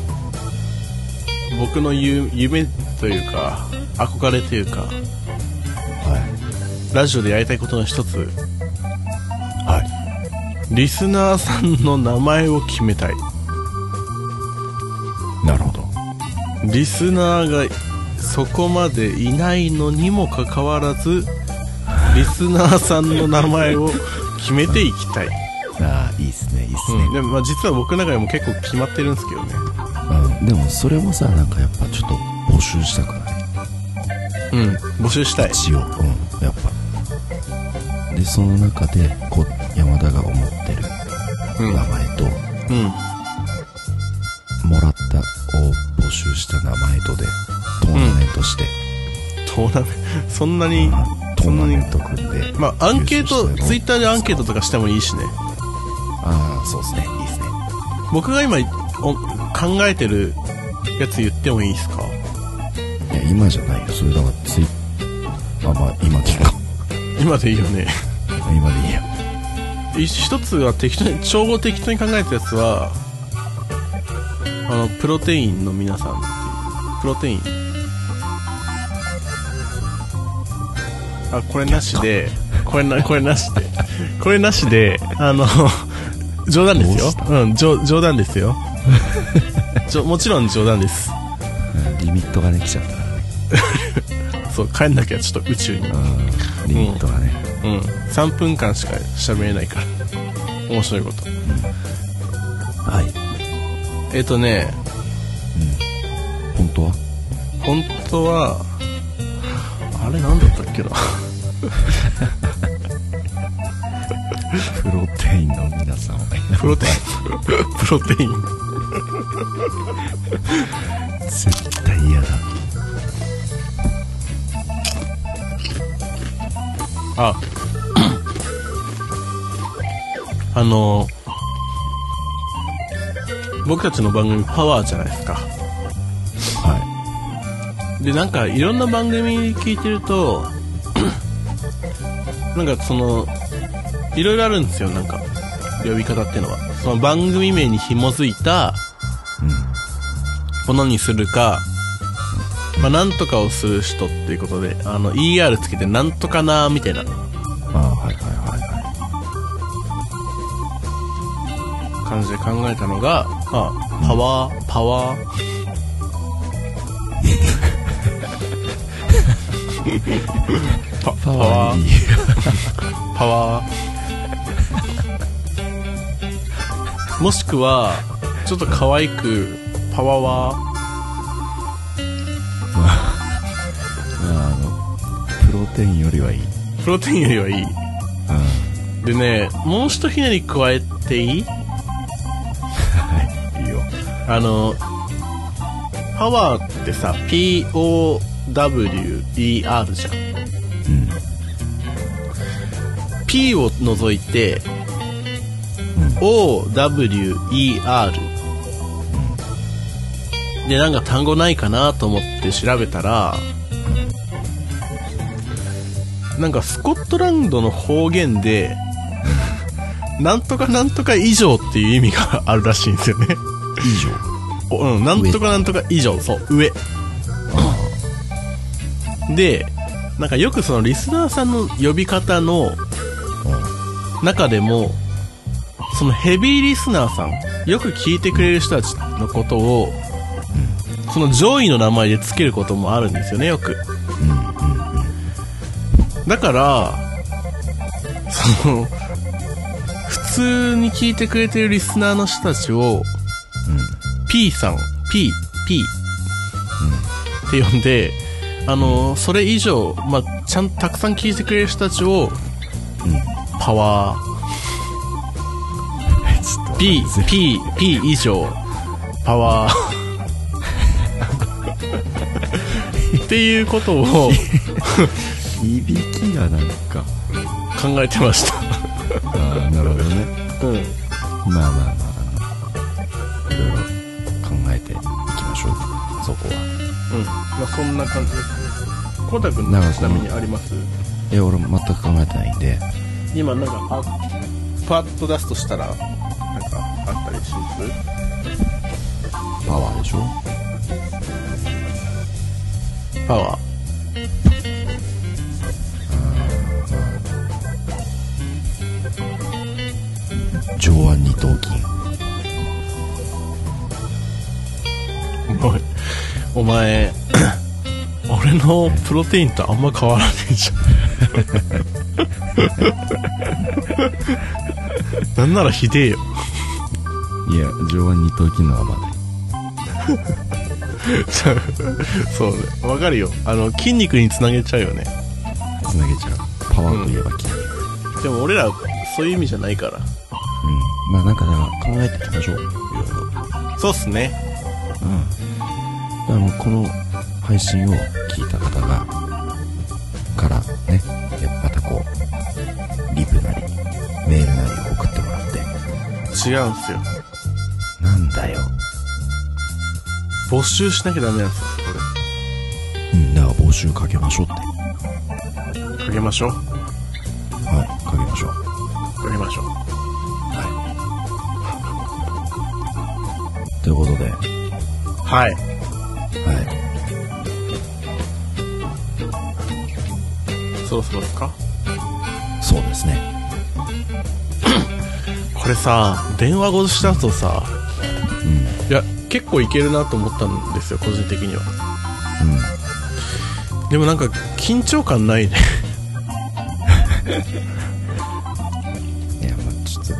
僕のゆ夢というか憧れというかはラジオでやりたいことの一ついはいリスナーさんの名前を決めたいなるほどリスナーがそこまでいないのにもかかわらずリスナーさんの名前を決めていきたい、ああいいっすねいいっすねうん、でもまあ実は僕の中でも結構決まってるんですけどねうん、でもそれもさなんかやっぱちょっと募集したくないうん募集したい一応うんやっぱでその中でこう山田が思ってるうん名前と、うんもらったを募集した名前とでトーナメントして、トーナメントそんなにトーナメント組んでまあアンケート優勝したのツイッターでアンケートとかしてもいいしねああそうですねいいですね僕が今お考えてるやつ言ってもいいですかいや今じゃないよそれだからツイまあまあ今でいいか今でいいよね (laughs) 今でいいや一一つは適当に調合適当に考えたやつはあのプロテインの皆さんっていうプロテインあこれなしでこれなこれなしでこれなしであの冗談ですどうよしたうん冗冗談ですよ (laughs) ちょもちろん冗談ですうんリミットがね来ちゃったからねそう帰んなきゃちょっと宇宙にううんんリミットがね、 3分間しか喋れないから面白いことはいえっとね本当は本当はあれなんだったっけな (laughs) プロテインの皆さんはねプロテイン (laughs) プロテイン (laughs) 絶対嫌だああの僕たちの番組パワーじゃないですかはでなんかいろんな番組聞いてると (clears throat) なんかそのいろいろあるんですよなんか呼び方っていうのはその番組名に紐づいたものにするか、まあ、なんとかをする人っていうことで、あの、ER つけてなんとかなーみたいなああはいはいはいは感じで考えたのが、まあ、パワー、パワー、パパワー、いパワー。もしくは、ちょっと可愛く、パワワー、あのプロテインよりはいいプロテインよりはいい。うんでね、もう一ひねり加えていいはいいいよあの、パワーってさ、P-O-W-E-R じゃん。P を除いて、O-W-E-R。で、なんか単語ないかなと思って調べたら、なんかスコットランドの方言 (laughs) で、なんとかなんとか以上っていう意味があるらしいんですよね。以上おうん、なんとかなんとか以上、そう、上。で、なんかよくそのリスナーさんの呼び方の中でも、そのヘビーリスナーさん、よく聞いてくれる人たちのことを、その上位の名前で付けることもあるんですよね、よく。だから、その、普通に聞いてくれてるリスナーの人たちを、P さん、P、P、って呼んで、あの、それ以上、まあ、ちゃんとたくさん聞いてくれる人たちを、パワー、ちょっと P、P、P 以上、パワー、っていうことを考響きがなんかえてました。ああなるほどねうん。まあまあまああのいろいろ考えていきましょうそこはうん。まあ、そんな感じですね。コウタ君なんのかちそなのみにありますいや俺全く考えてないんで今なんか、あパッと出すとしたら、なんかあったりしますパワーでしょパワー。上腕二頭筋おい (laughs) お前俺のプロテインとあんま変わらねえじゃん (laughs) なんならひでえよいや上腕二頭筋のはまだちゃうそうねわかるよあの筋肉につなげちゃうよねつなげちゃうパワーといえば筋肉でも俺らそういう意味じゃないからうん、まあなんかだから考えていきましょういろいろそうっすねだからもうこの配信を聞いた方がからねでまたこうリプなりメールなり送ってもらって違うんすよなんだよ募集しなきゃダメなんですよこうんだから募集かけましょうってれかけましょうはいかけましょうかけましょうはいということでははいいそろそろですかそうですねこれさ電話越しだとさ、いや結構いけるなと思ったんですよ個人的にはでもなんか緊張感ないねいやまあちょっと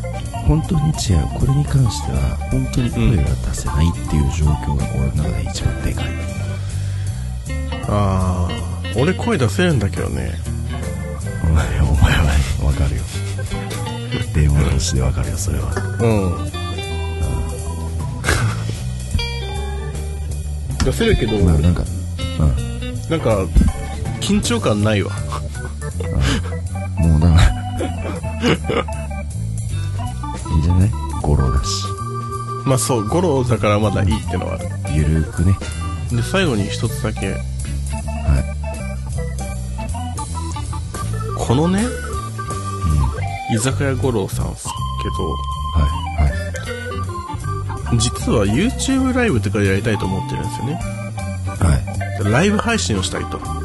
本当に違うこれに関しては本当に声が出せないっていう状況が俺の中で一番でかい (laughs) ああ俺声出せるんだけどねお前お前はわかるよ電話越しでわかるよそれはうん出せるけどまなあなんかんか緊張感ないわうんもうだからいいんじゃない語呂だしまあそう五郎だからまだいいってのはあるゆるーくねで最後に一つだけはこのね、居酒屋五郎さんっすけいどはいはい実は YouTube ライブとかやりたいと思ってるんですよねはいライブ配信をしたいとだは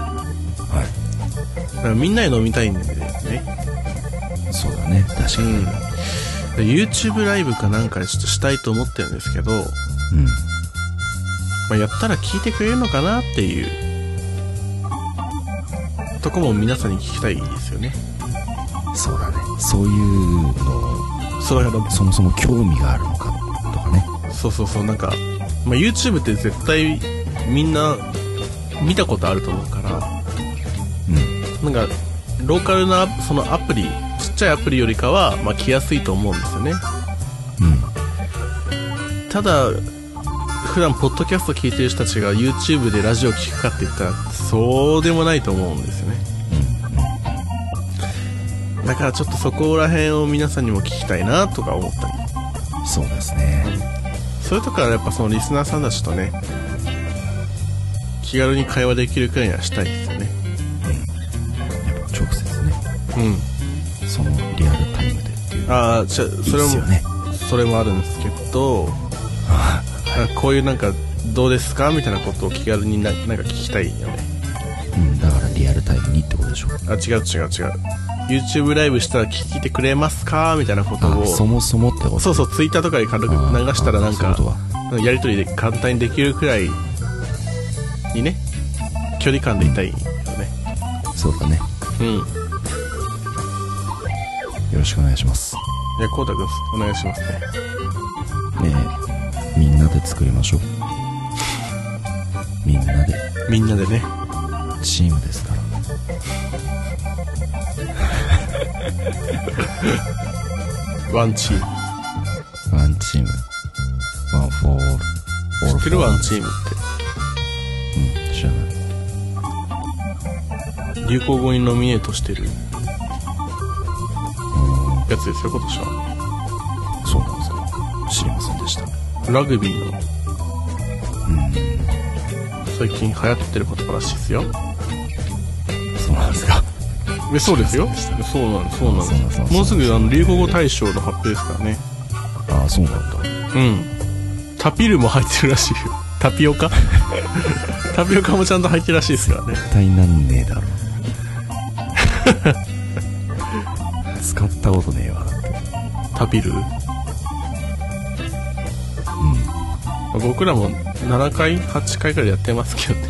からみんなで飲みたいんでねいそうだね確かうにんで YouTube ライブかなんかでちょっとしたいと思ってるんですけど、まうんあ、やったら聞いてくれるのかなっていうとこも皆さんに聞きたいですよねそうだねそういうそうやろのそもそも興味があるのかとかねそうそうそうなんか、まあ、YouTube って絶対みんな見たことあると思うからうんなんかローカルなそのアプリちっちゃいアプリよりかは、まあ、来やすいと思うんですよねうんただ普段ポッドキャスト聞いてる人たちが YouTube でラジオ聞くかって言ったらそうでもないと思うんですよねだからちょっとそこら辺を皆さんにも聞きたいなとか思ったりそうですねそういうとこからやっぱそのリスナーさんたちとね気軽に会話できるくらいにはしたいですよねやっぱ直接ねうんそのリアルタイムでっていうああじゃあそれいいっすもよねそれもあるんですけどなんかこういうなんかどうですかみたいなことを気軽にななんか聞きたいよねうんだからリアルタイムにってことでしょあ違う違う違う YouTube ライブしたら聞いてくれますかみたいなことあをそもそもってことそうそう Twitter とかで軽く流あーしたらなあんーかそういうこなんかやり取りで簡単にできるくらいにね距離感でいたいよねそうだねうんいよろしくお願いしますやこうたくんお願いしますねねえみんなで作りましょうみんなでみんなでねチームですからワンチームワンチームワンフォール知ってるワンチームってうん知らない流行語にノミネートしてるやつですよ今年はそうなんですか知りませんでしたラグビーの最近流行ってる言葉らしいですよそうなんですかえそうですよそうなんですそうなんそうなんでですすもうすぐあの流行語大賞の発表ですからねああそうなんだうんタピルも入ってるらしいよタピオカ (laughs) タピオカもちゃんと入ってるらしいですからね絶対なんねえだ (laughs) ろ使ったことねえわだってタピルうん僕らも7回8回くらいやってますけどね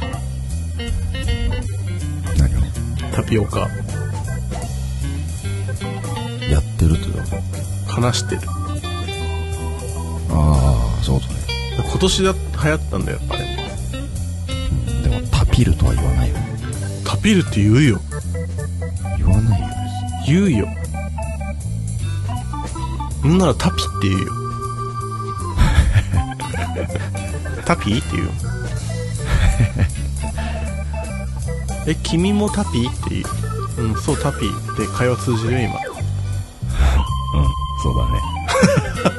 (laughs) 何をタピオカやってるってこと話してるああそういうことね今年だ流行ったんだよあれもうんでもタピルとは言わないよタピルって言うよ言わないよ言うよんならタピって言うよタピって言うよえ君もタピって言ううんそうタピって会話通じるよ今うんそうだね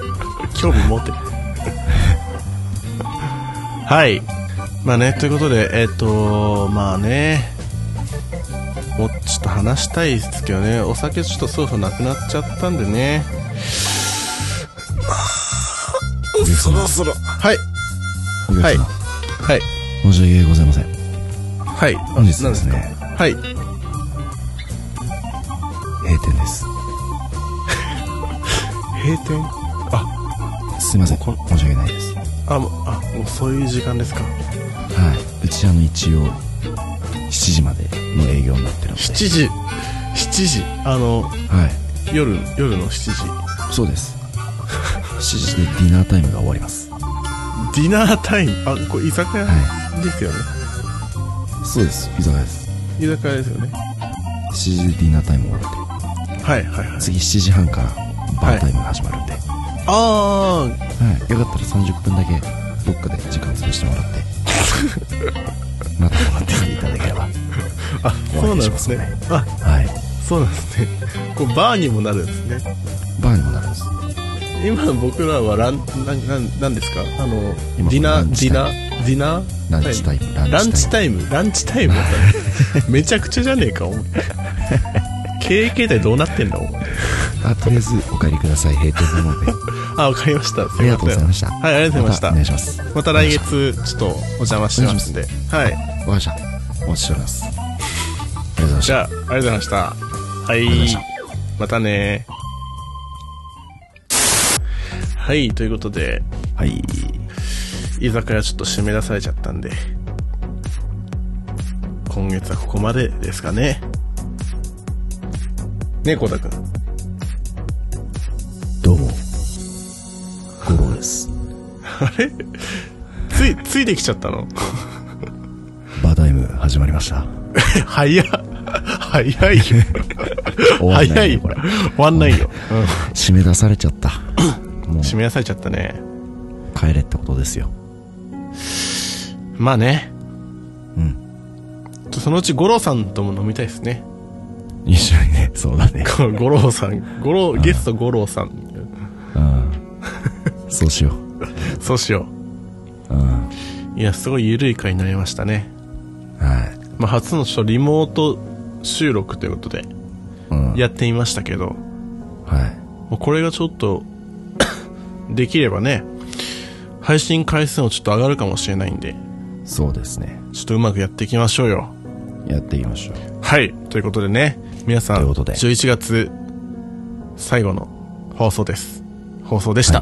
興味持って (laughs) はいまあねということでえっ、とまあねもうちょっと話したいですけどねお酒ちょっとそろそろなくなっちゃったんでねそろそろはいお客様、はいはい申し訳ございませんはい本日なんでですすかねはい閉店です閉店あすいませんこ申し訳ないですあもうあもうそういう時間ですかはいうちあの一応7時までの営業になってるので7時7時あのはい夜夜の7時そうです7時でディナータイムが終わりますはディナータイムあこれ居酒屋はですよね、いそうです居酒屋です居酒屋ですよね7時でディナータイム終わってはいはいはい次7時半からバータイムが始まるんで、はあい、あよかったら30分だけどっかで時間潰してもらって (laughs) また待ってきていただければあそうなんですお願いねしまあはいそうなんですねこうバーにもなるんですねバーにもなるんです今僕らはランなんなんなんですかあの今ディラナーンデチィタナーディナーランチタイムランチタイムランチタイム (laughs) めちゃくちゃじゃねえかお前経営形態どうなってんだお前 (laughs) あとりあえずお帰りください閉店なのであ、わかりました。ありがとうございました。はい、ありがとうございお願まいしします。わた。また来月、ちょっとお邪魔してますんで。はかい。りました。お待ちしております。ありがとうございましじた。ゃあ、ありがとうございました。はりがとうございましいた。またねはい、ということで、はい。居酒屋ちょっと締め出されちゃったんで、今月はここまでですかね。ねえ、コタくん。どうも。ゴロです。あれつい、ついてきちゃった (laughs) のバータイム始まりました。早っ。早 (laughs) いよ。終わんな早いよいよ。これ終わんないよ。締め出されちゃ (laughs) った。もう締め出されちゃったね。帰れってことですよ。まあね。うん。そのうち五郎さんとも飲みたいですね。一緒にね、そう (laughs) だね。この五郎さん、五郎、ゲスト五郎さん。うん。そうしよう。そうしようん。う。いや、すごい緩い回になりましたね。はい。まあ、初のちょっとリモート収録ということで、うん。やってみましたけど、はい。もうこれがちょっと、 (coughs) できればね、配信回数もちょっと上がるかもしれないんで、そうですね。ちょっとうまくやっていきましょうよ。やっていきましょう。はい。ということでね、皆さとん、いうことで11月最後の放送です。放送でした。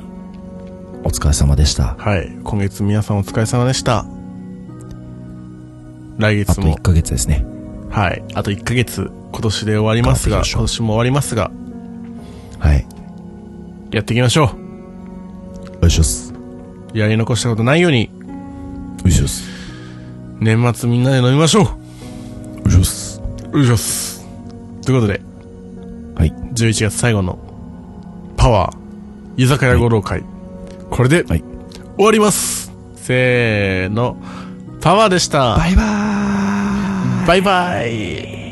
お疲れ様でした。はい。今月皆さんお疲れ様でした。来あ月とも1、ヶ月ですね。はい。あと1ヶ月、今年で終わります頑張りが、ましょう今年も終わりますが、はい。やっていきましょよいしょっす。う。やり残したことないように、よいしょっす。年末みんなで飲みましょよいしょっす。う。うじょっす。ということで、はい。 11月最後の、パワー、居酒屋五郎会、これで、はい。終わりますせーのパワーでしたバイバーイバイバイ